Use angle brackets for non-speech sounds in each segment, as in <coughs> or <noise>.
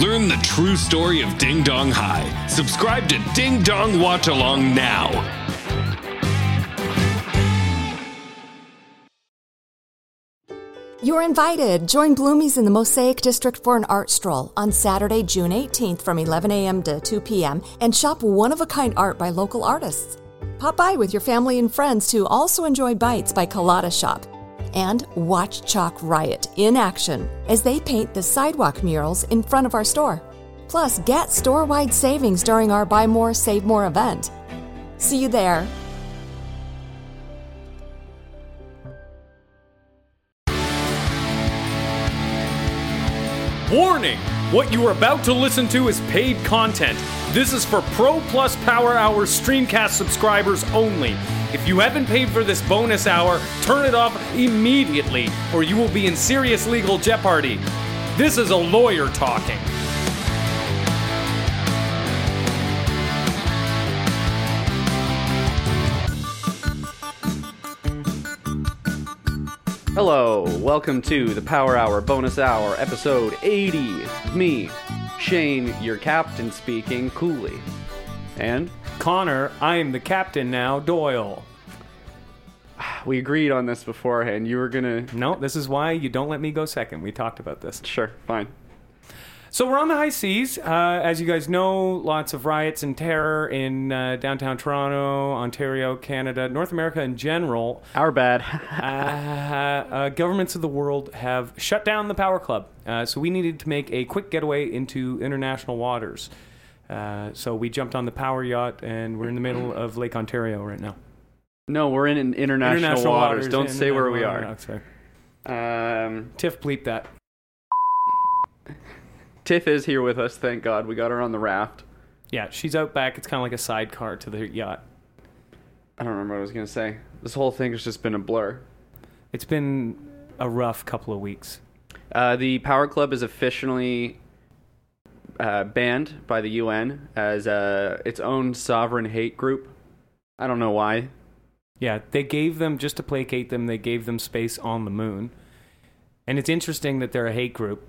Learn the true story of Ding Dong High. Subscribe to Ding Dong Watch Along now. You're invited. Join Bloomies in the Mosaic District for an art stroll on Saturday, June 18th from 11 a.m. to 2 p.m. and shop one of a kind art by local artists. Pop by with your family and friends to also enjoy Bites by Colada Shop and watch Chalk Riot in action as they paint the sidewalk murals in front of our store. Plus, get store wide savings during our Buy More, Save More event. See you there. Warning! What you are about to listen to is paid content. This is for Pro Plus Power Hour Streamcast subscribers only. If you haven't paid for this bonus hour, turn it off immediately, or you will be in serious legal jeopardy. This is a lawyer talking. Hello, welcome to the Power Hour bonus hour, episode 80. Me, Shane, your captain speaking, coolly. And Connor, I am the captain now, Doyle. we agreed on this beforehand. You were gonna. No, this is why you don't let me go second. We talked about this. Sure, fine. So we're on the high seas. Uh, as you guys know, lots of riots and terror in uh, downtown Toronto, Ontario, Canada, North America in general. Our bad. <laughs> uh, governments of the world have shut down the power club. Uh, so we needed to make a quick getaway into international waters. Uh, so we jumped on the power yacht, and we're in the middle of Lake Ontario right now. no, we're in, an international, waters. Don't yeah, say where we international are. waters, sorry. Um, Tiff, bleep that. Tiff is here with us. Thank God, we got her on the raft. Yeah, she's out back. It's kind of like a sidecar to the yacht. I don't remember what I was gonna say. This whole thing has just been a blur. It's been a rough couple of weeks. Uh, the Power Club is officially uh, banned by the UN as uh, its own sovereign hate group. I don't know why. Yeah, they gave them just to placate them. They gave them space on the moon, and it's interesting that they're a hate group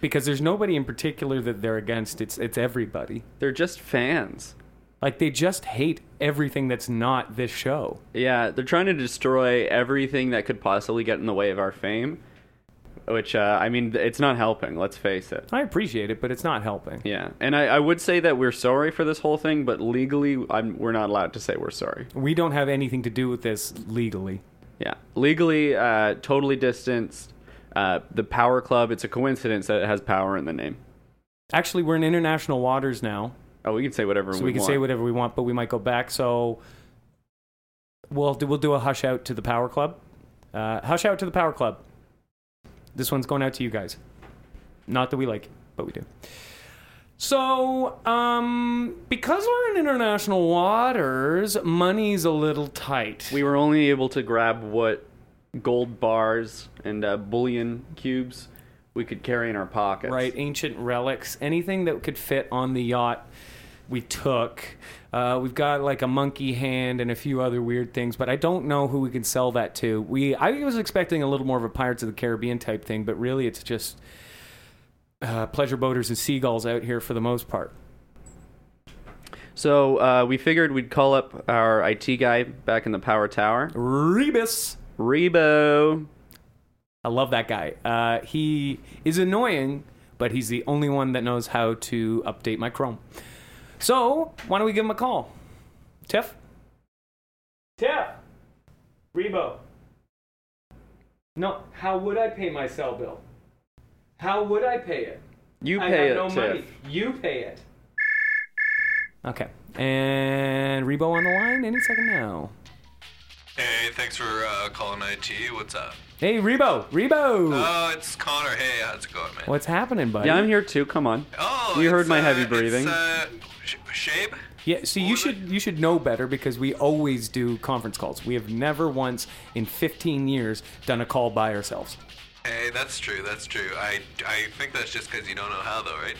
because there's nobody in particular that they're against. It's it's everybody. They're just fans. Like they just hate everything that's not this show. Yeah, they're trying to destroy everything that could possibly get in the way of our fame, which, uh, I mean, it's not helping, let's face it. I appreciate it, but it's not helping. Yeah, and I, I would say that we're sorry for this whole thing, but legally, I'm, we're not allowed to say we're sorry. We don't have anything to do with this legally. Yeah, legally, uh, totally distanced. Uh, the Power Club, it's a coincidence that it has power in the name. Actually, we're in international waters now, Oh, we can say whatever so we, we can want. say whatever we want, but we might go back. So we'll do, we'll do a hush out to the Power Club. Uh, hush out to the Power Club. This one's going out to you guys. Not that we like, it, but we do. So, um, because we're in international waters, money's a little tight. We were only able to grab what gold bars and uh, bullion cubes we could carry in our pockets. right? Ancient relics, anything that could fit on the yacht we took. Uh, we've got like a monkey hand and a few other weird things, but I don't know who we can sell that to. We I was expecting a little more of a Pirates of the Caribbean type thing, but really it's just uh, pleasure boaters and seagulls out here for the most part. So uh, we figured we'd call up our IT guy back in the power tower, Rebus. Rebo. I love that guy. Uh, he is annoying, but he's the only one that knows how to update my Chrome. So why don't we give him a call? Tiff? Tiff! Rebo. No, how would I pay my cell bill? How would I pay it? You pay it, Tiff. You pay it. Okay. And Rebo on the line any second now. Hey, thanks for uh, calling IT. What's up? Hey, Rebo, Rebo, Oh, it's Connor. Hey, how's it going, man? what's happening, buddy? Yeah, I'm here too. Come on. Oh, you heard it's, my uh, heavy it's, breathing. uh, Sh- Shabe? Yeah, see, you should you should know better because we always do conference calls. We have never once in 15 years done a call by ourselves. Hey, that's true. That's true. I, I think that's just because you don't know how, though, right?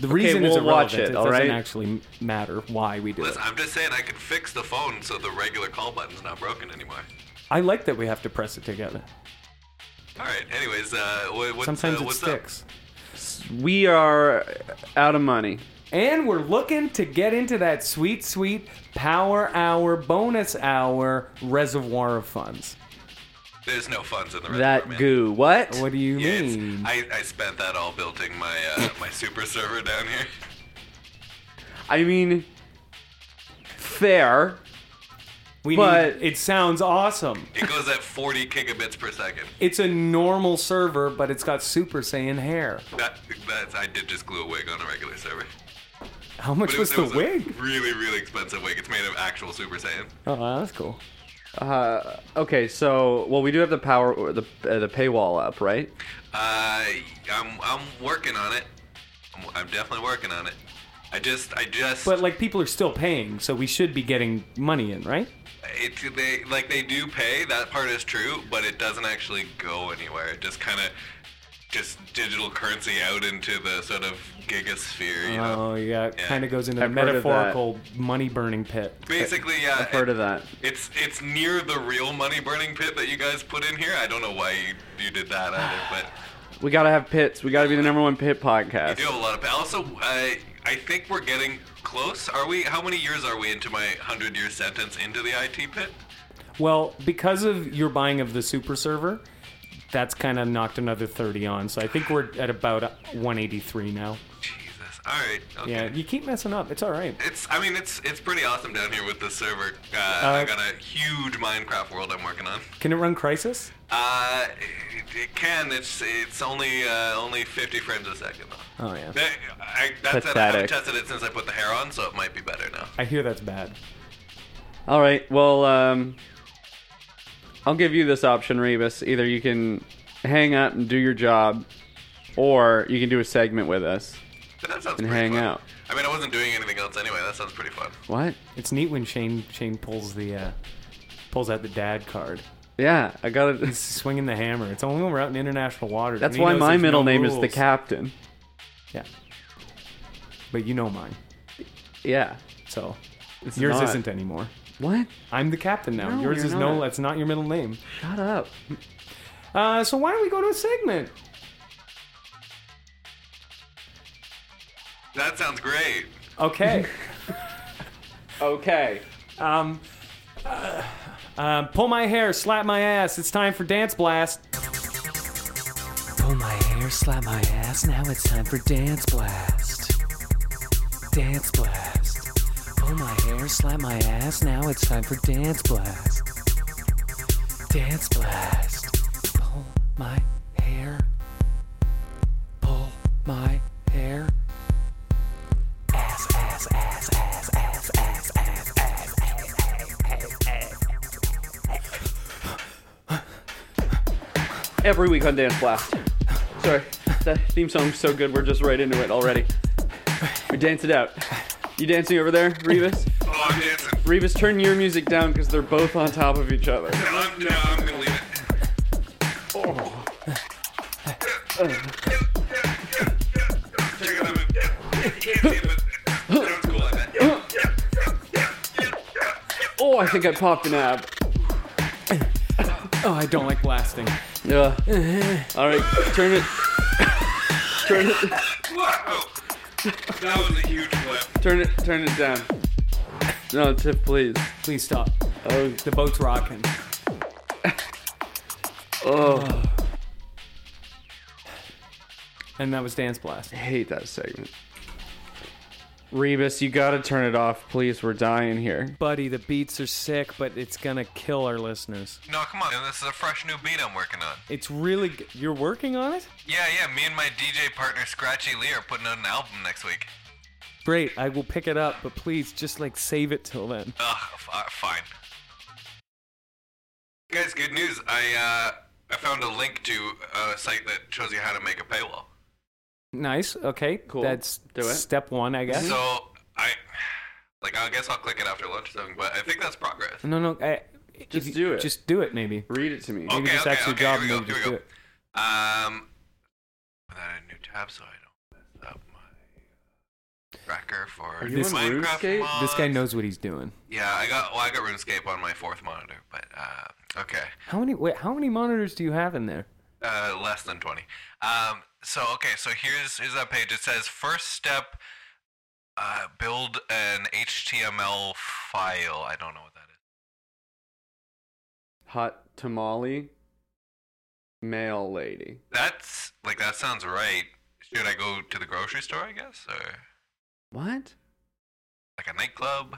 The reason is we'll watch irrelevant. it, It all doesn't right? actually m- matter why we do it. Listen, I'm just saying I can fix the phone so the regular call button's not broken anymore. I like that we have to press it together. All right. Anyways, uh, what, what's, Sometimes uh, it what's sticks. We are out of money. And we're looking to get into that sweet, sweet power hour, bonus hour reservoir of funds. up? There's no funds in the reservoir, That man. goo. What? Oh, What do you Yeah, it's- mean? I, I spent that all building my <laughs> uh, my super server down here. I mean, fair. we but- need, it sounds awesome. It goes at 40 gigabits per second. It's a normal server, but it's got Super Saiyan hair. That, that's I did just glue a wig on a regular server. How much it was it the a wig? really, really expensive wig. It's made of actual Super Saiyan. Oh, wow, that's cool. Uh, okay, so well, we do have the power, or the uh, the paywall up, right? Uh, I'm I'm working on it. I'm, I'm definitely working on it. I just I just But like, people are still paying, so we should be getting money in, right? it, they like they do pay. That part is true, but it doesn't actually go anywhere. It just kind of just digital currency out into the sort of gigasphere. You know, Oh yeah, it Yeah. kind of goes into the I've heard of that. metaphorical money burning pit. basically, yeah. I've heard of that. It's it's near the real money burning pit that you guys put in here. I don't know why you, you did that either, but We gotta have pits. We gotta be the number one pit I do podcast. have a lot of. Also, I I think we're getting close. Are we? How many years are we into my hundred year sentence into the IT pit? Well, because of your buying of the super server, that's kind of knocked another 30 on. So I think we're at about 183 now. Jesus. All right. Okay. Yeah, you keep messing up. It's all right. It's. I mean, it's it's pretty awesome down here with the server. Uh, I got a huge Minecraft world I'm working on. Can it run Crisis? Uh, it, it can. It's it's only uh, only 50 frames a second though. Oh, yeah. That- I, that's it. I Pathetic. haven't tested it since I put the hair on, so it might be better now. I hear that's bad. All right, well, um, I'll give you this option, Rebus. Either you can hang up and do your job, or you can do a segment with us. But that sounds And pretty hang fun. out. I mean, I wasn't doing anything else anyway. That sounds pretty fun. What? It's neat when Shane Shane pulls the uh, pulls out the dad card. Yeah, I gotta. <laughs> He's swinging the hammer. It's only when we're out in international waters. That's and he why knows my there's middle no name is the rules. captain. Yeah. But you know mine, Yeah. so yours not. isn't anymore. What? I'm the captain now. No, yours you're is not. no. That's not your middle name. Shut up. Uh, so why don't we go to a segment? That sounds great. <laughs> Okay. Okay. Um, uh, um, pull my hair, slap my ass. It's time for Dance Blast. Pull my hair, slap my ass. Now it's time for Dance Blast. Dance Blast. Pull my hair, slap my ass. Now it's time for Dance Blast. Dance Blast. Pull my hair. Pull my hair. Ass, ass, ass, ass, ass, ass, ass, ass, ass, ass, ass, ass. Every week on Dance Blast. Sorry, that theme song's so good, we're just right into it already. We dance it out. You dancing over there, Rebus? Oh, I'm dancing. Rebus, turn your music down because they're both on top of each other. No, I'm, no, I'm gonna leave it. Check it out. Sounds cool, I bet. Oh, I think I popped an ab. Oh, I don't like blasting. Ugh. All right, turn it, turn it, Wow. That was a huge flip. turn it, turn it down. No, Tiff, please. Please stop. Oh, The boat's rocking. <laughs> oh, And that was Dance Blast. I hate that segment. Rebus, you gotta turn it off, please. We're dying here. Buddy, the beats are sick, but it's gonna kill our listeners. No, come on. This is a fresh new beat I'm working on. It's really. G- You're working on it? Yeah, yeah. Me and my DJ partner Scratchy Lee are putting out an album next week. Great. I will pick it up, but please just like save it till then. Ugh, f- uh, fine. Guys, good news. I uh, I found a link to a site that shows you how to make a paywall. Nice. Okay. Cool. That's Do it. step one, I guess. So I like I guess I'll click it after lunch or something, but I think that's progress. Um, no, no. I, if Just you- do it. Just do it, maybe. Read it to me. Okay, Maybe just okay, that's your okay, job. here we maybe go, just here we do it. Um, put that in a new tab so I don't mess up my uh, tracker for Are you this on RuneScape? Minecraft. This guy mods. knows what he's doing. Yeah, I got well, I got RuneScape on my fourth monitor, but uh, okay. How many? Wait, how many monitors do you have in there? Uh, less than 20. Um, so okay, so here's here's that page. It says first step, uh, build an HTML file. I don't know what that is. Hot tamale, male lady. That's like that sounds right. Should I go to the grocery store? I guess or What? like a nightclub.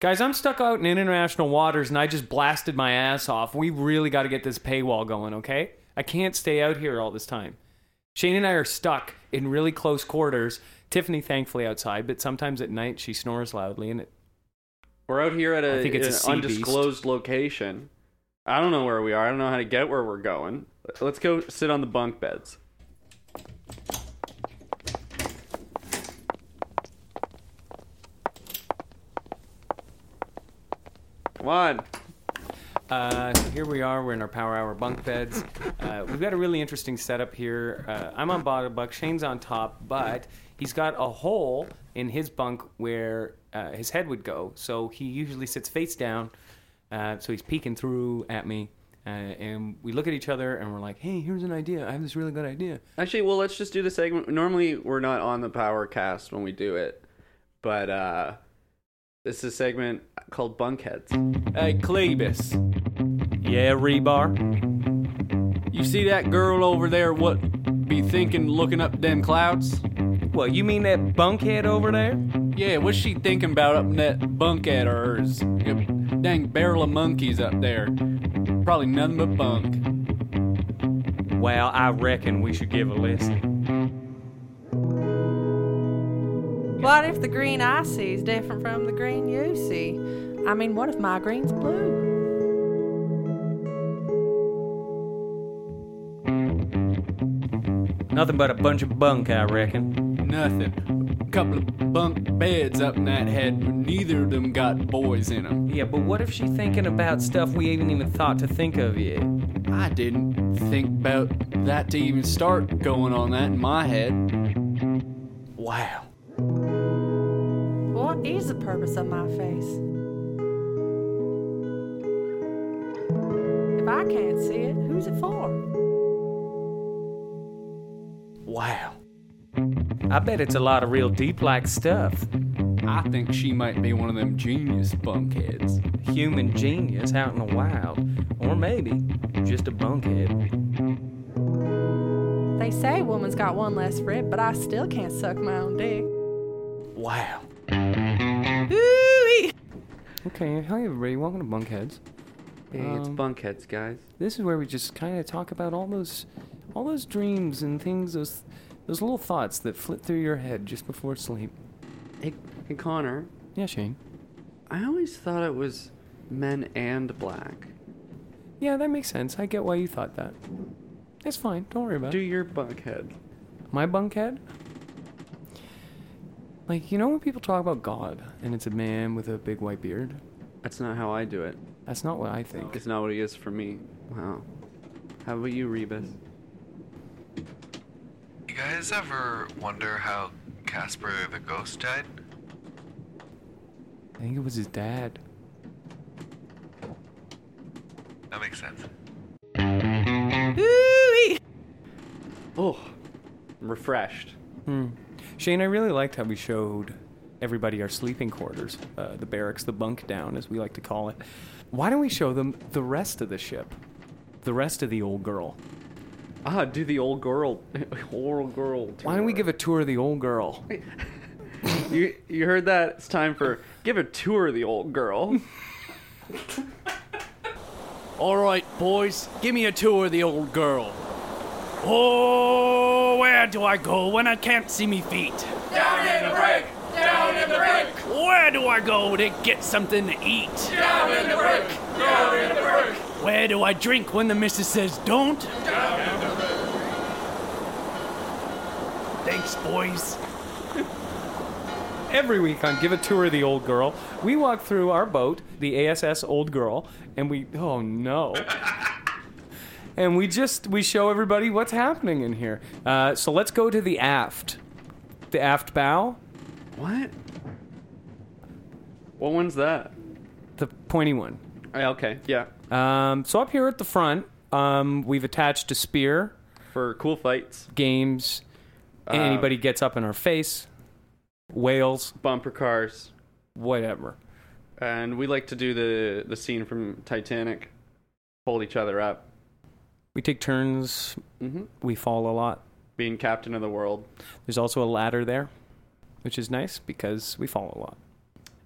Guys, I'm stuck out in international waters and I just blasted my ass off. We really got to get this paywall going, okay? I can't stay out here all this time. Shane and I are stuck in really close quarters. Tiffany, thankfully, outside, but sometimes at night she snores loudly and it. We're out here at a, I think it's a sea an undisclosed location. I don't know where we are. I don't know how to get where we're going. Let's go sit on the bunk beds. Come on. Uh, so here we are. We're in our power hour bunk beds. Uh, we've got a really interesting setup here. Uh, I'm on bottom buck. Shane's on top, but he's got a hole in his bunk where uh, his head would go. So he usually sits face down. Uh, so he's peeking through at me. Uh, and we look at each other and we're like, hey, here's an idea. I have this really good idea. Actually, well, let's just do the segment. Normally, we're not on the power cast when we do it, but uh, this is a segment called Bunkheads. Hey, Clevis. Yeah, Rebar. You see that girl over there? What be thinking? Looking up them clouds? Well, you mean that bunkhead over there? Yeah, what's she thinking about up in that bunk at hers? Yeah, Dang barrel of monkeys up there. Probably nothing but bunk. Well, I reckon we should give a listen. What if the green I see is different from the green you see? I mean, what if my green's blue? Nothing but a bunch of bunk, I reckon. Nothing. A couple of bunk beds up in that head, but neither of them got boys in them. Yeah, but what if she thinking about stuff we haven't even thought to think of yet? I didn't think about that to even start going on that in my head. Wow. What is the purpose of my face? If I can't see it, who's it for? Wow. I bet it's a lot of real deep like stuff. I think she might be one of them genius bunkheads. Human genius out in the wild. Or maybe just a bunkhead. They say woman's got one less rib, but I still can't suck my own dick. Wow. Ooh-wee. Okay, hi everybody. Welcome to Bunkheads. Hey, it's Um, Bunkheads, guys. this is where we just kind of talk about all those all those dreams and things those those little thoughts that flit through your head just before sleep Hey, hey, Connor. yeah shane I always thought it was men and black. yeah that makes sense i get why you thought that it's fine don't worry about Do it your bunkhead. my bunkhead like you know when people talk about god and it's a man with a big white beard That's not how I do it. that's not what i think It's not what it is for me. Wow. How about you, Rebus? You guys ever wonder how Casper the ghost died? i think it was his dad That makes sense. Ooh-wee. Oh, I'm refreshed. Shane, I really liked how we showed everybody our sleeping quarters, uh, the barracks, the bunk down, as we like to call it. Why don't we show them the rest of the ship? The rest of the old girl. Ah, do the old girl, <laughs> old girl. Tour. Why don't we give a tour of the old girl? You you heard that? It's time for give a tour of the old girl. Alright, boys, give me a tour of the old girl. Oh, where do I go when I can't see me feet? Down in the break! Down in the break! Where do I go to get something to eat? Down in the break! Down in the break! Where do I drink when the missus says don't? Thanks, boys. Every week on Give a Tour of the Old Girl, we walk through our boat, the ASS Old Girl, and we <laughs> oh no. and we just we show everybody what's happening in here. Uh, so let's go to the aft. The aft bow? What? What one's that? The pointy one. Okay, yeah. Um, so up here at the front, um, we've attached a spear. For cool fights, Games. anybody gets up in our face. Whales. bumper cars, Whatever. and we like to do the the scene from Titanic, hold each other up, We take turns. Mhm. We fall a lot. being captain of the world. There's also a ladder there, which is nice because we fall a lot.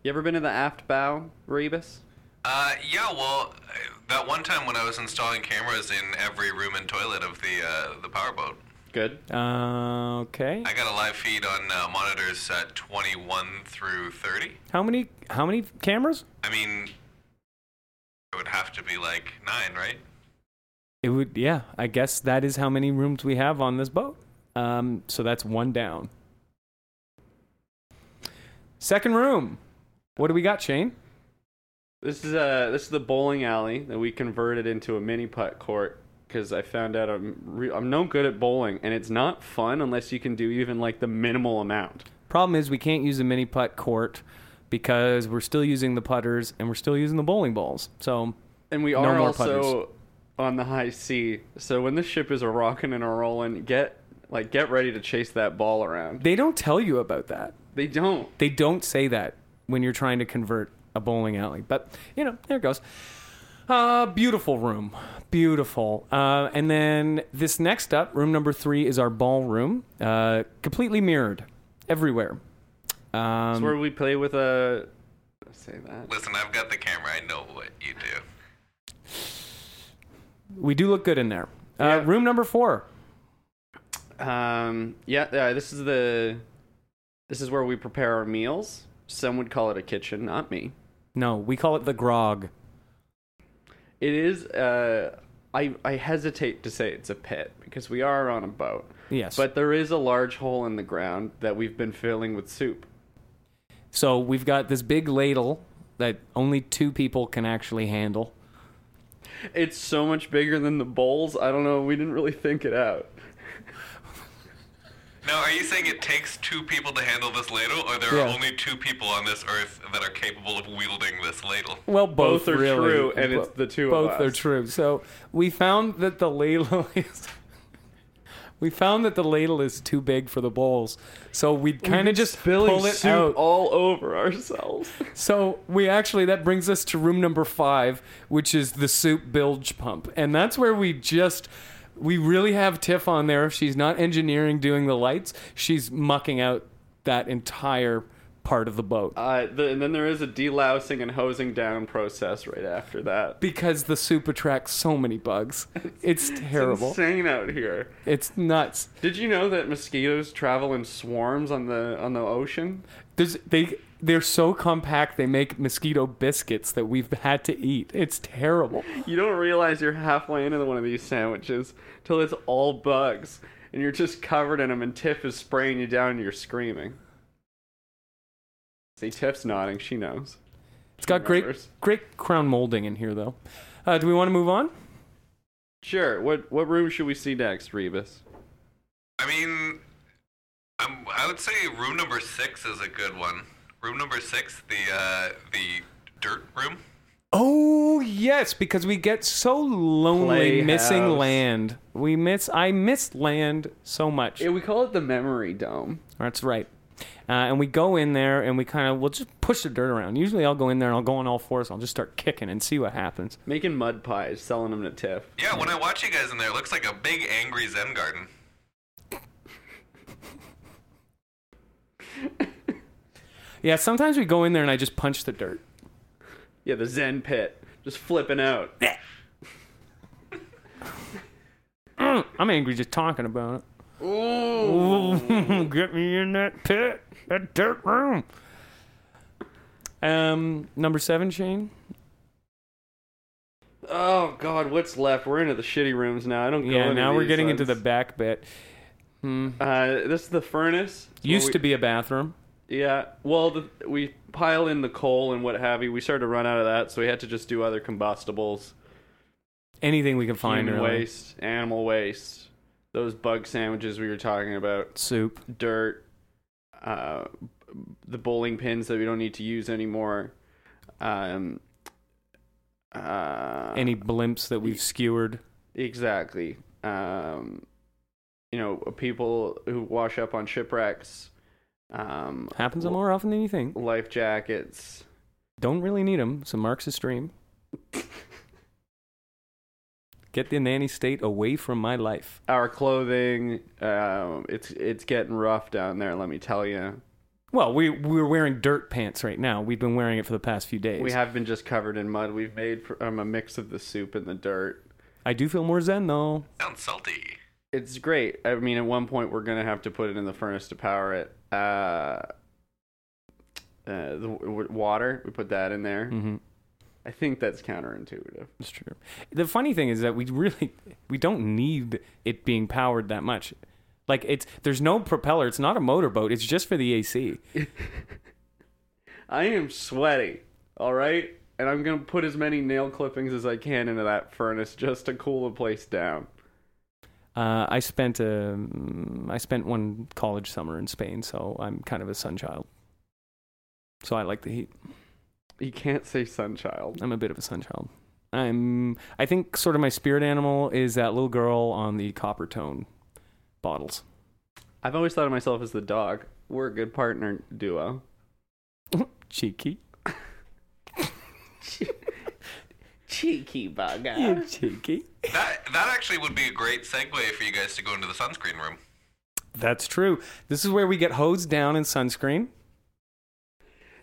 You ever been to the aft bow, Rebus? Uh, yeah, well, uh, that one time when I was installing cameras in every room and toilet of the uh, the powerboat, Good. Uh, okay. I got a live feed on uh, monitors at 21 through 30. How many? How many cameras? I mean, it would have to be like nine, right? It would. Yeah, I guess that is how many rooms we have on this boat. Um, so that's one down. Second room. What do we got, Shane? This is uh this is the bowling alley that we converted into a mini putt court because I found out I'm re- I'm no good at bowling and it's not fun unless you can do even like the minimal amount. Problem is we can't use the mini putt court because we're still using the putters and we're still using the bowling balls. So And we No are more also on the high sea, so when the ship is a rocking and a rolling, get like get ready to chase that ball around. they don't tell you about that. They don't. They don't say that when you're trying to convert a bowling alley. But, you know, there it goes. Uh, beautiful room. Beautiful. Uh, and then this next up, room number three, is our ballroom. Uh, completely mirrored everywhere. Um, It's where we play with a say that Listen, I've got the camera. I know what you do. we do look good in there. Uh, Yeah. Room number four. um yeah, yeah this is the this is where we prepare our meals. Some would call it a kitchen, not me. No, we call it the grog. It is. Uh, I I hesitate to say it's a pit because we are on a boat, Yes. but there is a large hole in the ground that we've been filling with soup. So we've got this big ladle that only two people can actually handle. It's so much bigger than the bowls. I don't know. We didn't really think it out. Now, are you saying it takes two people to handle this ladle, or there are Yeah. only two people on this earth that are capable of wielding this ladle? Well, both, Both are really. true, and it's the two of Both us. are true. So we found that the ladle <laughs> is. We found that the ladle is too big for the bowls, so we kind of just Filling pull it soup out. all over ourselves. so we actually that brings us to room number five, which is the soup bilge pump, and that's where we just we really have Tiff on there. If she's not engineering doing the lights, she's mucking out that entire part of the boat. <laughs> uh, the, and then there is a delousing and hosing down process right after that. because the soup attracts so many bugs. It's terrible. It's insane out here. It's nuts. Did you know that mosquitoes travel in swarms on the on the ocean? There's, they they're so compact they make mosquito biscuits that we've had to eat. It's terrible. You don't realize you're halfway into one of these sandwiches till it's all bugs, and you're just covered in them, and Tiff is spraying you down, and you're screaming. See, Tiff's nodding. She knows. It's got great Remembers. great crown molding in here though. Uh, do we want to move on? Sure. What what room should we see next, Rebus? I mean, I'm, I would say room number six is a good one. Room number six, the uh, the dirt room. Oh yes, because we get so lonely missing Playhouse. land. We miss I miss land so much. Yeah, we call it the memory dome. That's right. Uh, and we go in there and we kind of we'll just push the dirt around. Usually I'll go in there and I'll go on all fours. I'll just start kicking and see what happens. Making mud pies, selling them to Tiff. Yeah, when I watch you guys in there, it looks like a big angry Zen garden. Yeah, sometimes we go in there and I just punch the dirt. <clears throat> Yeah, the Zen pit, just flipping out. I'm angry just talking about it. <laughs> Get me in that pit, that dirt room. Um, number seven, Shane. Oh God, what's left? We're into the shitty rooms now. I don't. Go Yeah, into now we're these getting into the ones. back bit. Uh, this is the furnace. Used Where to we- be a bathroom. Yeah. Well, the, we pile in the coal and what have you. We started to run out of that, so we had to just do other combustibles, Anything we can find, human really. waste, animal waste, those bug sandwiches we were talking about, Soup. dirt, uh, the bowling pins that we don't need to use anymore. Um. Uh, Any blimps that we've skewered. Exactly. Um, you know, people who wash up on shipwrecks, um, Happens more often than you think. life jackets. Don't really need them. It's a Marxist <laughs> dream. Get the nanny state away from my life. Our clothing, um, it's it's getting rough down there. Let me tell you, Well, we we're wearing dirt pants right now. We've been wearing it for the past few days. we have been just covered in mud. We've made from a mix of the soup and the dirt. I do feel more zen though. Sounds salty. It's great. I mean, at one point we're gonna have to put it in the furnace to power it. Uh, uh, the w- w- water, we put that in there. Mm-hmm. I think that's counterintuitive. It's true. The funny thing is that we really we don't need it being powered that much. Like it's there's no propeller. It's not a motorboat. It's just for the AC. I am sweaty, all right? And I'm going to put as many nail clippings as I can into that furnace just to cool the place down. Uh, I spent a I spent one college summer in Spain, so I'm kind of a sun child. So I like the heat. You can't say Sunchild. I'm a bit of a sun child. I'm I think sort of my spirit animal is that little girl on the copper tone bottles. <laughs> I've always thought of myself as the dog. We're a good partner duo. Cheeky. Cheeky bug. You cheeky. That that actually would be a great segue for you guys to go into the sunscreen room. That's true. This is where we get hosed down in sunscreen.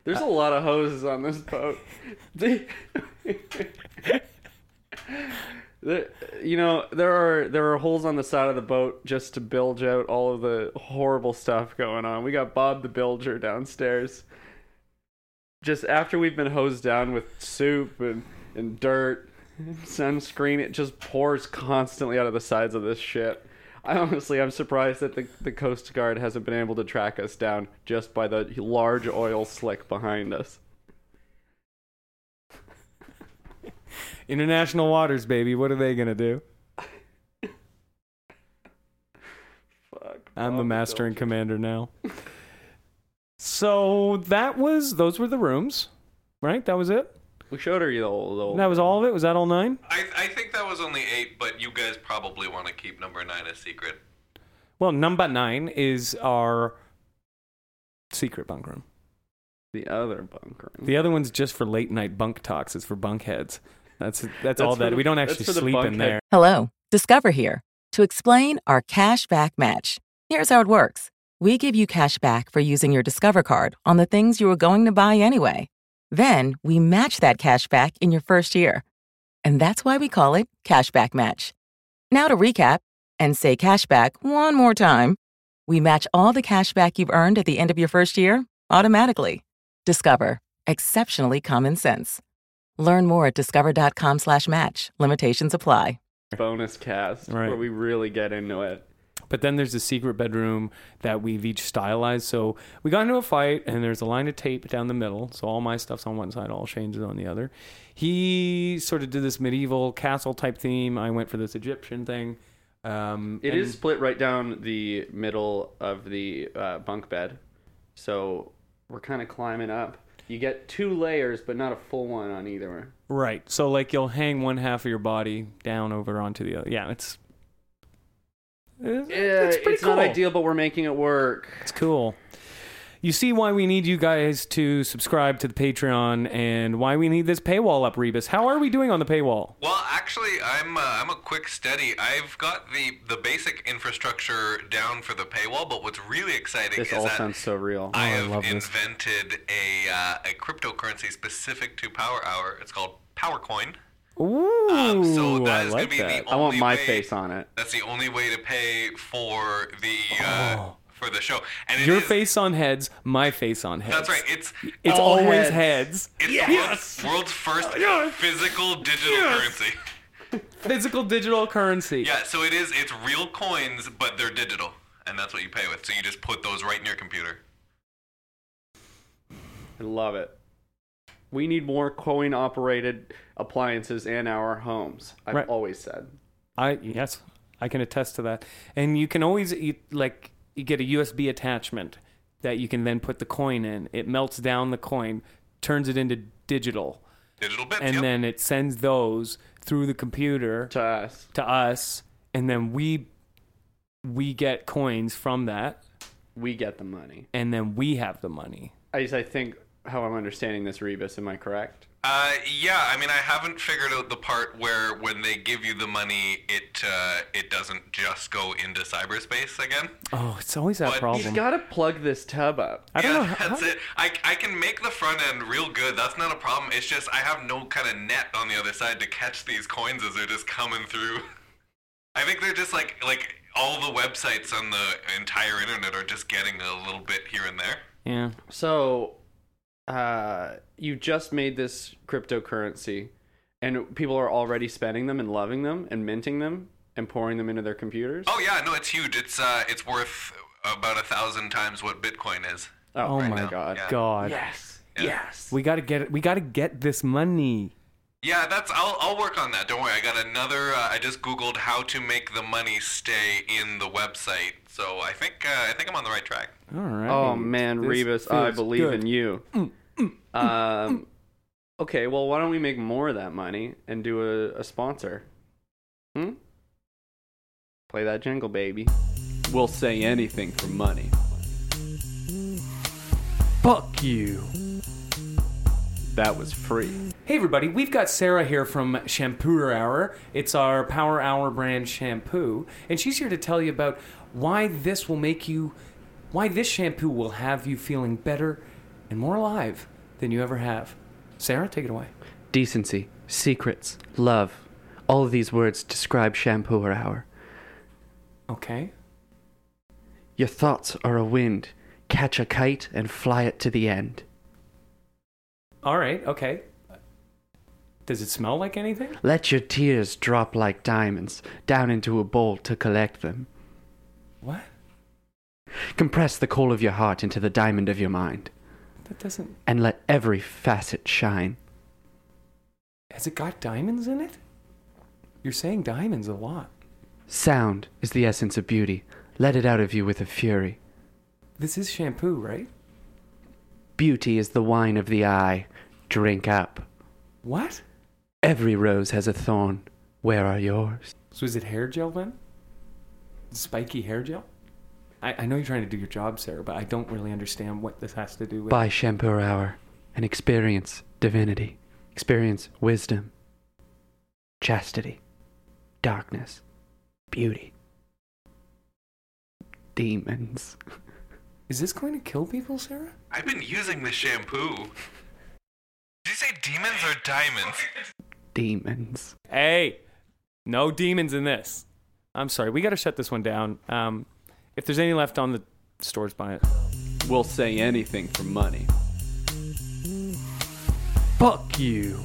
There's a lot of hoses on this boat. The- The- you know there are there are holes on the side of the boat just to bilge out all of the horrible stuff going on. We got Bob the Bilger downstairs. Just after we've been hosed down with soup and and dirt, sunscreen, it just pours constantly out of the sides of this shit. I honestly, I'm surprised that the, the Coast Guard hasn't been able to track us down just by the large oil slick behind us. International waters, baby. What are they gonna do? Fuck. I'm the Bob master and Bilger. commander now. <laughs> so that was those were the rooms, right? That was it. We showed her the old. the old- That was all of it. Was that all nine? I I think that was only eight, but you guys probably want to keep number nine a secret. Well, number nine is our secret bunk room. the other bunker. The other one's just for late night bunk talks. It's for bunk heads. That's that's, all for that the- we don't that's actually for the sleep bunk in head- there. Hello, Discover here to explain our cash back match. Here's how it works we give you cash back for using your Discover card on the things you were going to buy anyway. Then we match that cash back in your first year. And that's why we call it cash back match. Now to recap and say cash back one more time. We match all the cash back you've earned at the end of your first year automatically. Discover, exceptionally common sense. Learn more at discover.com/match. slash match. Limitations apply. bonus cast Right. where we really get into it. But then there's the secret bedroom that we've each stylized. So we got into a fight, and there's a line of tape down the middle. So all my stuff's on one side, all Shane's is on the other. He sort of did this medieval castle type theme. I went for this Egyptian thing. Um, It is and- split right down the middle of the uh, bunk bed, so we're kind of climbing up. You get two layers, but not a full one on either. right. So like you'll hang one half of your body down over onto the other. Yeah, it's it's, it's Eh, pretty it's cool. not ideal, but we're making it work. It's cool. You see why we need you guys to subscribe to the Patreon and why we need this paywall up, Rebus. How are we doing on the paywall? Well, actually, I'm uh, I'm a quick study. I've got the the basic infrastructure down for the paywall, but what's really exciting This is all that sounds so real. I I have love this. invented a uh, a cryptocurrency specific to Power Hour. It's called PowerCoin. Ooh, Um, so that I is like gonna be that. the I want only my way- face on it. That's the only way to pay for the uh, for the show. And it Oh. Your is- face on heads, my face on heads. That's right. It's It's all always heads. heads. It's the world's- world's first physical digital currency. Physical digital currency. Yeah, so it is. It's real coins, but they're digital, and that's what you pay with. So you just put those right in your computer. I love it. We need more coin operated appliances in our homes. I've Right. always said. I yes, I can attest to that. And you can always you, like you get a USB attachment that you can then put the coin in. It melts down the coin, turns it into digital, digital bits, and then it sends those through the computer to us. To us, and then we we get coins from that, We get the money. and then we have the money. I just, I think how I'm understanding this, Rebus. Am I correct? Uh, yeah, I mean, I haven't figured out the part where when they give you the money, it uh, it doesn't just go into cyberspace again. Oh, it's always that problem. He's got to plug this tub up. I don't know. That's it. I, I can make the front end real good. That's not a problem. It's just I have no kind of net on the other side to catch these coins as they're just coming through. <laughs> I think they're just like like all the websites on the entire internet are just getting a little bit here and there. Yeah. So, uh, you just made this cryptocurrency, and people are already spending them and loving them and minting them and pouring them into their computers. Oh yeah, no, it's huge. It's uh, it's worth about a thousand times what Bitcoin is. Oh, right my now. Uh, god. Yeah. God. Yes. We got to get we got to get this money. Yeah, that's. I'll I'll work on that. Don't worry. I got another. Uh, I just googled how to make the money stay in the website. So I think uh, I think I'm on the right track. All right. Oh man, This Rebus, I feels believe good. in you. um, okay, well, why don't we make more of that money and do a, a sponsor? Hmm? Play that jingle, baby. We'll say anything for money. Fuck you. That was free. Hey everybody, we've got Sarah here from Shampooer Hour. It's our Power Hour brand shampoo, and she's here to tell you about why this will make you why this shampoo will have you feeling better and more alive than you ever have. Sarah, take it away. Decency, secrets, love. All of these words describe shampoo or hour. Okay. Your thoughts are a wind. Catch a kite and fly it to the end. All right, okay. Does it smell like anything? Let your tears drop like diamonds down into a bowl to collect them. What? Compress the coal of your heart into the diamond of your mind, That doesn't and let every facet shine. Has it got diamonds in it? You're saying diamonds a lot. Sound is the essence of beauty. Let it out of you with a fury. This is shampoo, right? Beauty is the wine of the eye. Drink up. What? Every rose has a thorn. Where are yours? So is it hair gel then? Spiky hair gel? I, I know you're trying to do your job, Sarah, but I don't really understand what this has to do with. Buy Shampoo Hour and experience divinity. Experience wisdom, chastity, darkness, beauty, demons. Is this going to kill people, Sarah? I've been using this shampoo. Did you say demons or diamonds? <laughs> Demons. Hey, no demons in this. I'm sorry, we got to shut this one down. Um, if there's any left on the stores, buy it. We'll say anything for money. Fuck you.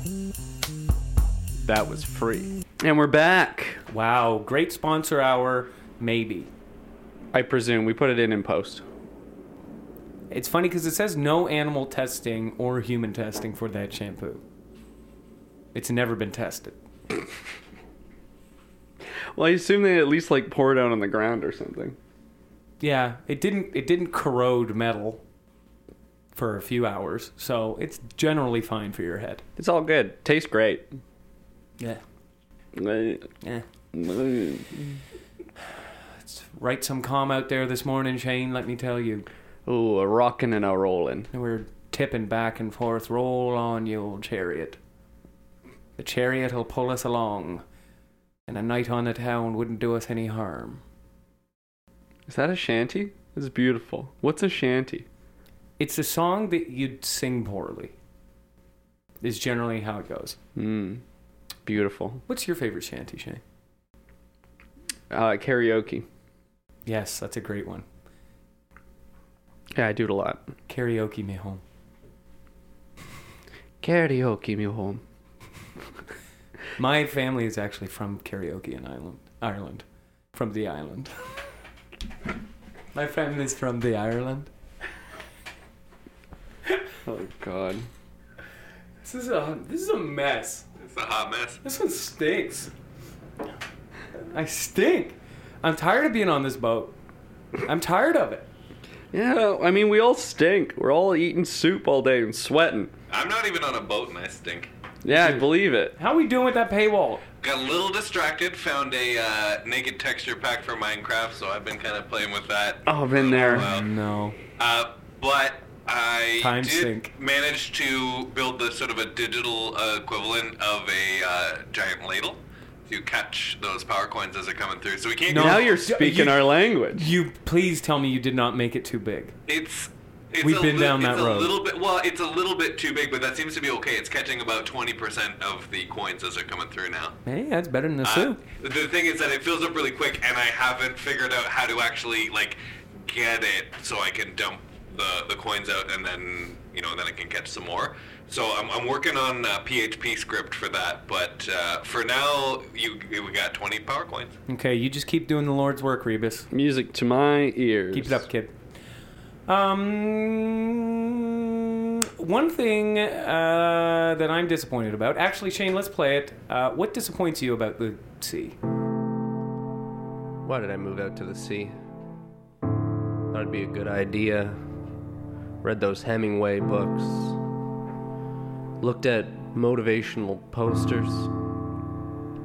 That was free. And we're back. Wow, great sponsor hour, maybe. I presume we put it in in post. It's funny because it says no animal testing or human testing for that shampoo. It's never been tested. Well, I assume they at least like pour it out on the ground or something. Yeah, it didn't it didn't corrode metal for a few hours, so it's generally fine for your head. It's all good. Tastes great. Yeah. Eh. Yeah. Oh, Write some calm out there this morning, Shane, let me tell you. a rockin' and a rollin'. And We're tipping back and forth. Roll on, you old chariot. The chariot'll pull us along. And a night on the town wouldn't do us any harm. Is that a shanty? It's beautiful. What's a shanty? It's a song that you'd sing poorly. Is generally how it goes. Mmm. Beautiful. What's your favorite shanty, Shane? Uh, karaoke. Yes, that's a great one. Yeah, I do it a lot. Karaoke me home. Karaoke me home. My family is actually from karaoke in Ireland. Ireland, from the island. <laughs> My family is from the Ireland. Oh God. This is a this is a mess. It's a hot mess. <laughs> This one stinks. I stink. I'm tired of being on this boat. I'm tired of it. Yeah, I mean we all stink. We're all eating soup all day and sweating. I'm not even on a boat and I stink. Yeah, I believe it. How are we doing with that paywall? Got a little distracted. Found a uh, naked texture pack for Minecraft, so I've been kind of playing with that. Oh, I've been there. No. Uh, but I Time did sink. manage to build the sort of a digital uh, equivalent of a uh, giant ladle to catch those power coins as they're coming through. So we can't. Now you're You- speaking you- our language. You please tell me you did not make it too big. It's. It's We've a been lit- down it's that road. A little bit, well, it's a little bit too big, but that seems to be okay. It's catching about 20% of the coins as they're coming through now. Hey, that's better than the Uh, soup. the thing is that it fills up really quick, and I haven't figured out how to actually like get it so I can dump the, the coins out, and then you know, then I can catch some more. So I'm, I'm working on a PHP script for that, but uh, for now, you we got 20 power coins. Okay, you just keep doing the Lord's work, Rebus. Music to my ears. Keep it up, kid. Um, one thing uh, that I'm disappointed about. Actually, Shane, let's play it. Uh, what disappoints you about the sea? Why did I move out to the sea? Thought it'd be a good idea. Read those Hemingway books. Looked at motivational posters.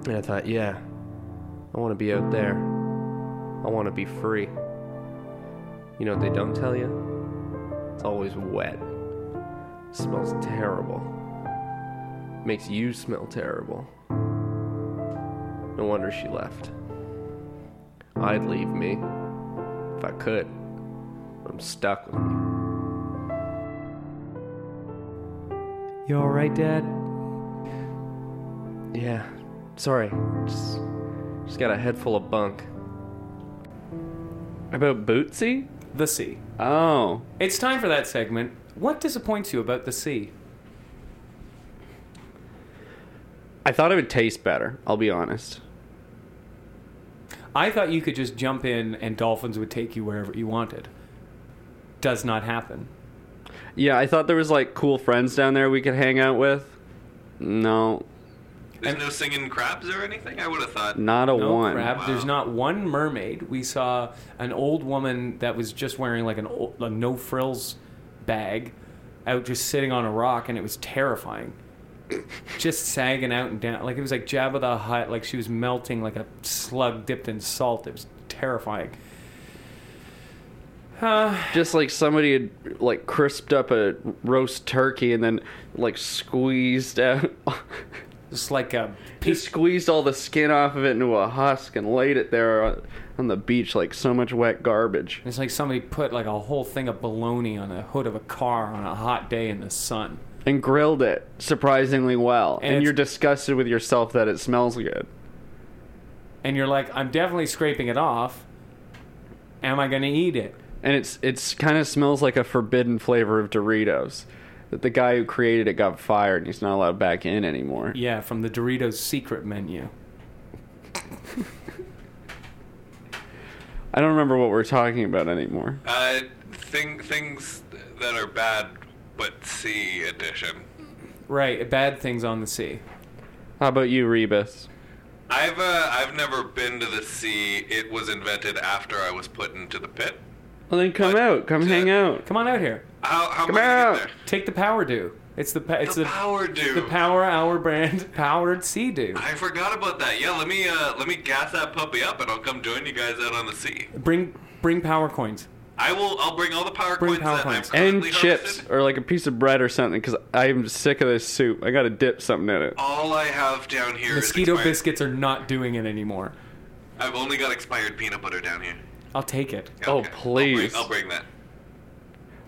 And I thought, yeah, I want to be out there. I want to be free. You know what they don't tell you? It's always wet. smells terrible. Makes you smell terrible. No wonder she left. I'd leave me if I could. I'm stuck with you. You alright, Dad? Yeah. Sorry. Just, just got a head full of bunk. About Bootsy? The sea. Oh. It's time for that segment. What disappoints you about the sea? I thought it would taste better, I'll be honest. I thought you could just jump in and dolphins would take you wherever you wanted. Does not happen. Yeah, I thought there was like cool friends down there we could hang out with. No, There's no singing crabs or anything. I would have thought. not a No one. crab. There's not one mermaid. We saw an old woman that was just wearing like an old, a no frills bag, out just sitting on a rock, and it was terrifying. <coughs> just sagging out and down, like it was like Jabba the Hutt. Like she was melting like a slug dipped in salt. It was terrifying. Just like somebody had like crisped up a roast turkey and then like squeezed out <laughs> Just like a he piece. squeezed all the skin off of it into a husk and laid it there on, on the beach like so much wet garbage. It's like somebody put like a whole thing of baloney on the hood of a car on a hot day in the sun. And grilled it surprisingly well. And And, it's- you're disgusted with yourself that it smells good. and you're like, I'm definitely scraping it off. Am I going to eat it? And it's it's kind of smells like a forbidden flavor of Doritos. That the guy who created it got fired and he's not allowed back in anymore. Yeah, from the Doritos secret menu. I don't remember what we're talking about anymore. Uh, thing, things that are bad, but sea edition. Right, bad things on the sea. How about you, Rebus? I've uh, I've never been to the sea. It was invented after I was put into the pit. Well, then come What? out. Come hang out. Come on out here. How how Come am I gonna out. get there? Take the Power Dew. It's the pa- it's the the, power dude. the Power Hour brand <laughs> powered sea dew. I forgot about that. Yeah, let me uh, let me gas that puppy up, and I'll come join you guys out on the sea. Bring bring power coins. I will. I'll bring all the power Bring coins power that coins. I've And currently chips, harvested. or like a piece of bread or something, because I'm sick of this soup. I gotta dip something in it. All I have down here is Mosquito expired- biscuits are not doing it anymore. I've only got expired peanut butter down here. I'll take it. Yeah, Oh, okay. please. I'll bring, I'll bring that.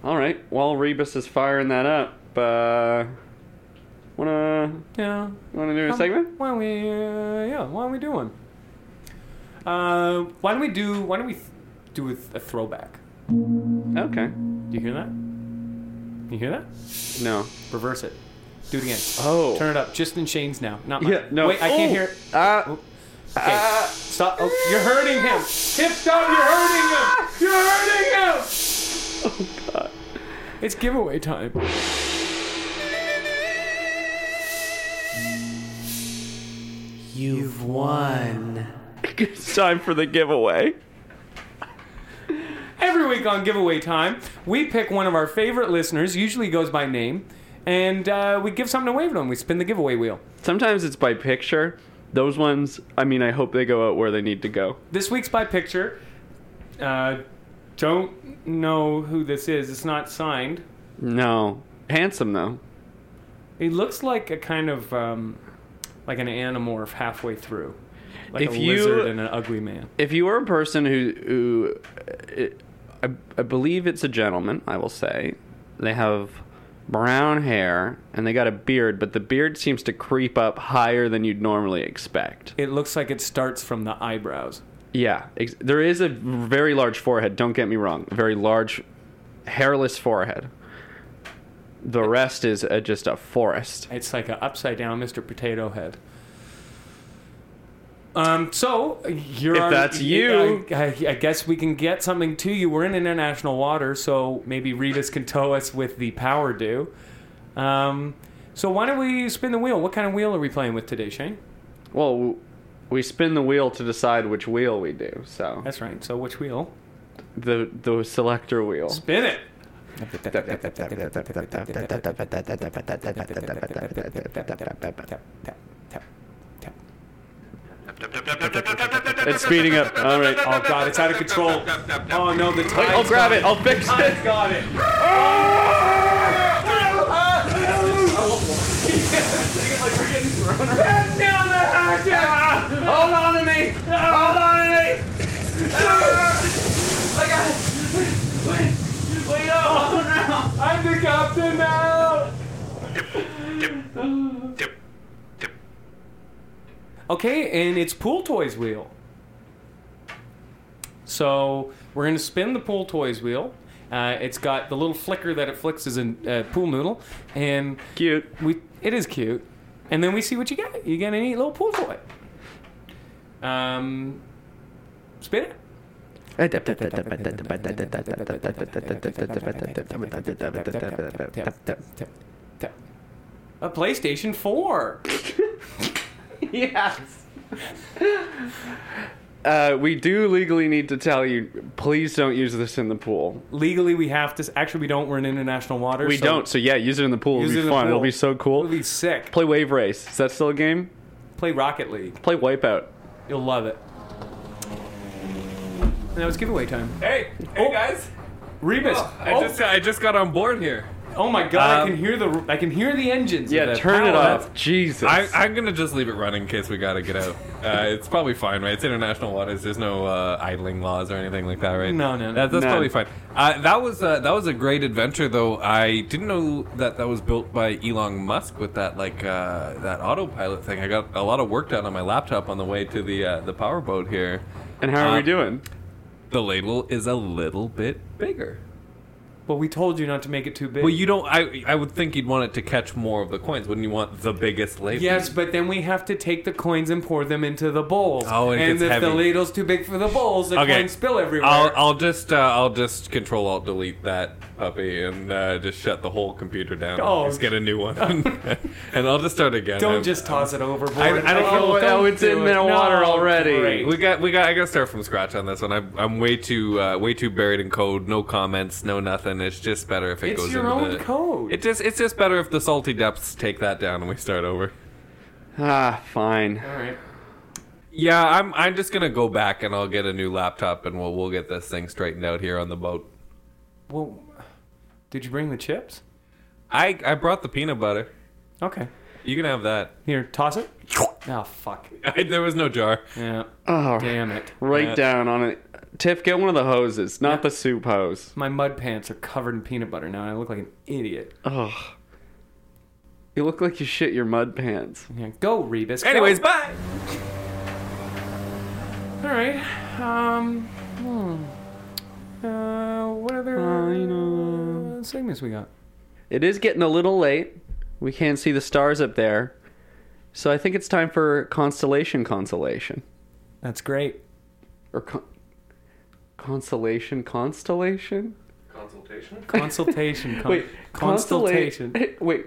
All right. While Rebus is firing that up, uh, wanna Yeah. wanna do a segment? Why don't we? Uh, yeah. Why don't we do one? Uh, why don't we do? Why don't we th- do a, th- a throwback? Okay. Do you hear that? You hear that? No. Reverse it. Do it again. Oh. Turn it up. Just in Shane's now. Not mine. Yeah, no. ah. Wait, I can't Oh. hear it. Oh. okay. Stop. Oh, you're hurting him. Tip, stop. You're hurting him. You're hurting him. Oh, God. It's giveaway time. You've won. it's time for the giveaway. Every week on giveaway time, we pick one of our favorite listeners, usually goes by name, and uh, we give something away to them. We spin the giveaway wheel. Sometimes it's by picture. Those ones, I mean, I hope they go out where they need to go. This week's by picture. Uh, don't know who this is. It's not signed. No. Handsome, though. He looks like a kind of um, like an animorph halfway through, like If a you- lizard and an ugly man. If you are a person who, who uh, I, I believe it's a gentleman, I will say, they have brown hair and they got a beard, but the beard seems to creep up higher than you'd normally expect. It looks like it starts from the eyebrows. Yeah, ex- there is a very large forehead. Don't get me wrong, a very large, hairless forehead. The rest is uh just a forest. It's like an upside down Mr. Potato Head. Um, so you're If our- that's you- I, I- I guess we can get something to you. We're in international water, so maybe Revis can tow us with the power dew. Um, so why don't we spin the wheel? What kind of wheel are we playing with today, Shane? Well, w- we spin the wheel to decide which wheel we do. So that's right. So which wheel? The the selector wheel. Spin it. It's speeding up. All right. Oh god, it's out of control. Oh no, the tide. I'll grab it. I'll fix it. Got it. Hold on to me! Hold on to me! Ah. I got Wait, wait, oh, no. I'm the captain now! Okay, and it's pool toys wheel. So we're going to spin the pool toys wheel. Uh, it's got the little flicker that it flicks is a uh, pool noodle, and cute. We it is cute, and then we see what you get. You get a neat little pool toy. Um, spin it. A PlayStation Four. Yes! Uh, we do legally need to tell you, please don't use this in the pool. Legally, we have to. Actually, we don't. We're in international waters. We so- don't. So yeah, use it in the pool. Use It'll it in be the fun. It'll pool. be so cool. It'll be sick. Play wave race. Is that still a game? Play Rocket League. Play Wipeout. You'll love it. And that was giveaway time. Hey, hey guys. Rebus. Oh, I just I just got on board here. Oh my god! I Um, can hear the I can hear the engines. of the power up. Jesus. I, I'm gonna just leave it running in case we gotta get out. Uh, it's probably fine, right? It's international waters. There's no uh, idling laws or anything like that, right? No, no, no. That, that's None. probably fine. Uh, that was uh, that was a great adventure, though. I didn't know that that was built by Elon Musk with that like uh, that autopilot thing. I got a lot of work done on my laptop on the way to the uh, the power boat here. And how are Um, we Uh, doing? The ladle is a little bit bigger. Well, we told you not to make it too big. Well, you don't. I I would think you'd want it to catch more of the coins. Wouldn't you want the biggest ladle? Yes, but then we have to take the coins and pour them into the bowls. Oh, and it gets if heavy. the ladle's too big for the bowls, the coins spill everywhere. I'll, I'll just uh, I'll just control alt delete that puppy and uh, just shut the whole computer down. Oh. Just get a new one, <laughs> and I'll just start again. don't I'm- just toss it overboard. I, I don't know. what- don't oh, it's do in it. the water No, already. great. We got we got. I got to start from scratch on this one. I'm, I'm way too uh, way too buried in code. No comments. No nothing. It's just better if it It's goes your into own the- code. It just it's just better if the salty depths take that down and we start over. Ah, fine. All right. Yeah, I'm I'm just gonna go back and I'll get a new laptop and we'll we'll get this thing straightened out here on the boat. Well, did you bring the chips? I I brought the peanut butter. Okay. You can have that. <laughs> Here, toss it. Oh fuck. there was no jar. Yeah. Oh, Damn it. Right Yeah. down on it. Tiff, get one of the hoses, not the soup hose. My mud pants are covered in peanut butter now, and I look like an idiot. Ugh. You look like you shit your mud pants. Yeah, go, Rebus. go. Anyways, bye. All right. Um. Hmm. Uh, what other? you know, the segments we got? It is getting a little late. We can't see the stars up there. So I think it's time for constellation consolation. That's great. Or con- consolation constellation? Consultation? Consultation. Con- Wait, consultation. constellation. <laughs> Wait.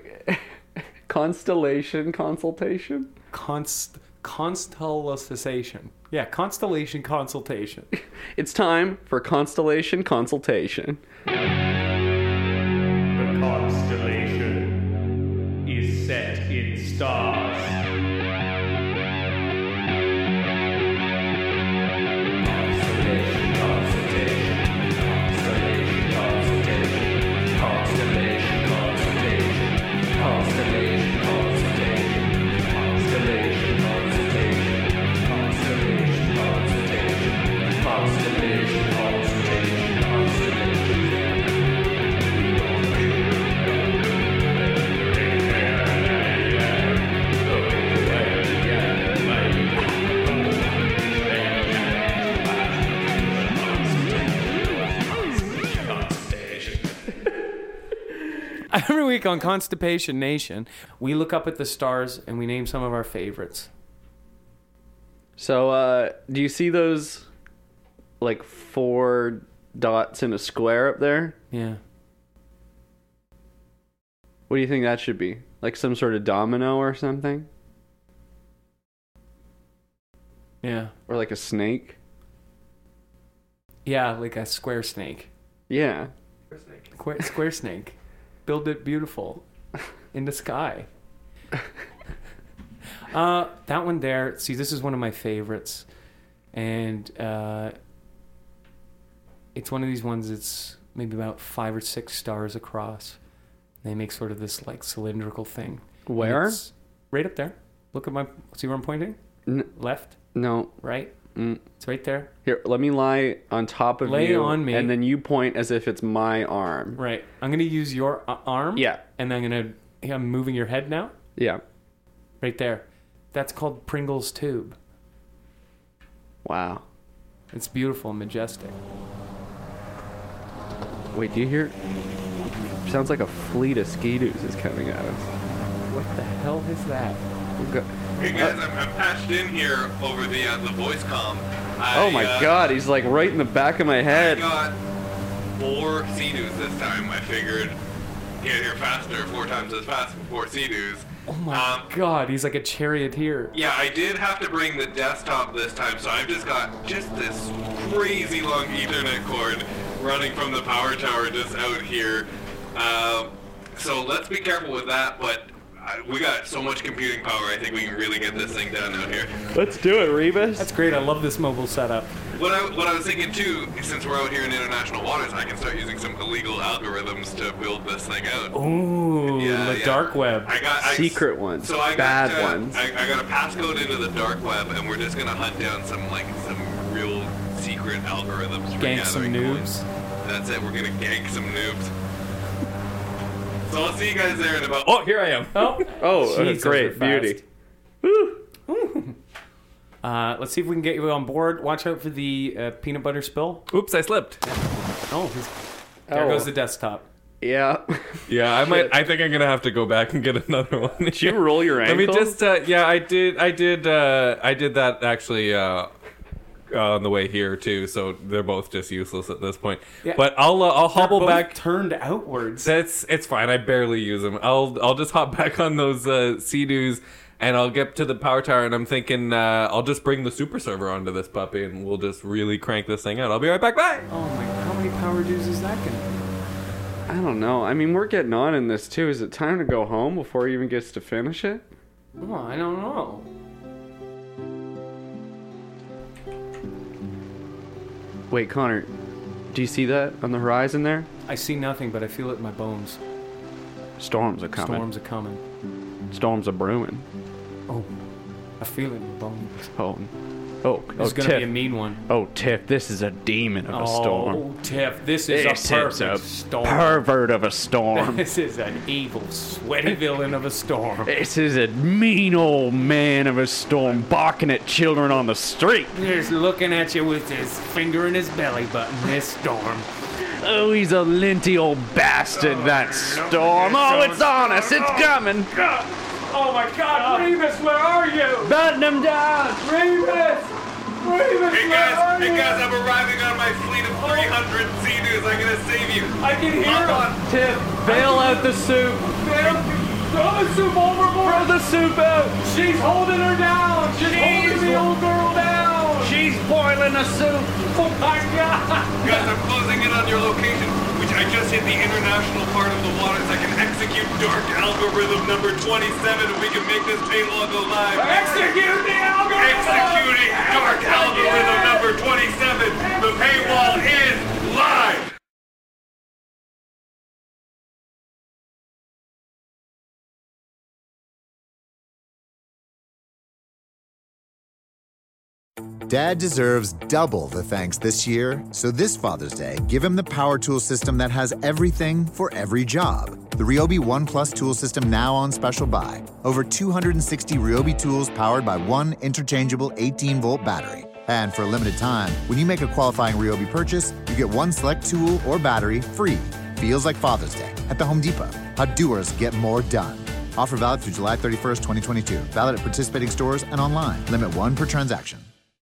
constellation consultation? Const- constellation. Yeah, constellation consultation. It's time for constellation consultation. The constellation is set in stars. Constellation, constellation, constellation, constellation, constellation, constellation, constellation, constellation, constellation, constellation, constellation, constellation, constellation, constellation, constellation. <laughs> Every week on Constipation Nation, we look up at the stars and we name some of our favorites. So, uh, do you see those like four dots in a square up there? Yeah. What do you think that should be? Like some sort of domino or something? Yeah. Or like a snake? Yeah, like a square snake. Yeah. Square, square snake. Build it beautiful in the <laughs> sky. Uh, that one there. See, this is one of my favorites, and uh, it's one of these ones that's maybe about five or six stars across. They make sort of this like cylindrical thing. And Where? it's Right up there. Look at my. See where I'm pointing? N- Left. No. Right. Mm. It's right there. Here, let me lie on top of Lay you. on me. And then you point as if it's my arm. Right. I'm gonna use your uh, arm. Yeah. And I'm gonna. I'm moving your head now. Yeah. Right there. That's called Pringle's tube. Wow. It's beautiful and majestic. Wait, do you hear? Sounds like a fleet of skidoos is coming at us. What the hell is that? We've got- Hey guys, I'm, I'm patched in here over the uh, the voice com. I, oh my uh, god, he's like right in the back of my I head. got four sea dudes this time. I figured get here faster, four times as fast with four Um, sea dudes. Oh my god, he's like a charioteer. Yeah, I did have to bring the desktop this time, so I've just got just this crazy long Ethernet cord running from the power tower just out here. Um, so let's be careful with that, but uh, we got so much computing power, I think we can really get this thing done out here. Let's do it, Rebus. That's great. I love this mobile setup. What I, what I was thinking too, since we're out here in international waters, I can start using some illegal algorithms to build this thing out. Ooh, the yeah. dark web. I got I, Secret ones, so I bad got, uh, ones. I, I got a passcode into the dark web, and we're just gonna hunt down some like some real secret algorithms for Gank some gathering coins. noobs. That's it. We're gonna gank some noobs. So I'll see you guys there in about. Oh, here I am. <laughs> Oh, Oh, uh, Jesus, great we're fast. beauty. Uh, let's see if we can get you on board. Watch out for the uh, peanut butter spill. Oops, I slipped. Oh, he's- there Oh. goes the desktop. Yeah. <laughs> Yeah, I might. I think I'm gonna have to go back and get another one. Did you roll your Let me ankle? just. Uh, yeah, I did. I did. Uh, I did that actually uh, on the way here too. So they're both just useless at this point. Yeah. But I'll. Uh, I'll hobble both back. Turned outwards. That's. It's fine. I barely use them. I'll. I'll just hop back on those uh, sea and I'll get to the power tower. And I'm thinking. Uh, I'll just bring the super server onto this puppy, and we'll just really crank this thing out. I'll be right back. Bye. Oh my, how many power dues is that gonna? I don't know. I mean, we're getting on in this too. Is it time to go home before he even gets to finish it? Oh, I don't know. Wait, Connor, do you see that on the horizon there? I see nothing, but I feel it in my bones. Storms are coming. Storms are coming. Storms are brewing. Oh, I feel it in my bones. Oh, oh, oh This is gonna Tiff. be a mean one. Oh, Tiff, this is a demon of a storm. Oh, Tiff, this is this a perfect is a storm. pervert of a storm. <laughs> This is an evil, sweaty villain of a storm. This is a mean old man of a storm barking at children on the street. He's looking at you with his finger in his belly button. This storm. Oh, he's a linty old bastard, that storm. Oh, it's on us. It's coming. Oh my God, Remus, where are you? Batten him down, Remus. Remus, Hey where are guys, hey you? guys, I'm arriving on my fleet of 300 Zenus. I'm gonna save you. I can hear Hop on. him. Tip, bail out the soup. Bail, throw the soup overboard. Throw the soup out. She's holding her down. She's, holding the old girl down. She's boiling a soup. Oh my God. Guys, I'm closing in on your location, which I just hit the international part of the waters. I can execute dark algorithm number 27 if we can make this payload go live. Execute the algorithm! Executing dark algorithm number 27. The paywall is live. Dad deserves double the thanks this year, so this Father's Day, give him the power tool system that has everything for every job. The Ryobi One Plus tool system now on special buy. Over 260 Ryobi tools powered by one interchangeable 18 volt battery. And for a limited time, when you make a qualifying Ryobi purchase, you get one select tool or battery free. Feels like Father's Day at the Home Depot. How doers get more done. Offer valid through July 31st, 2022. Valid at participating stores and online. Limit one per transaction.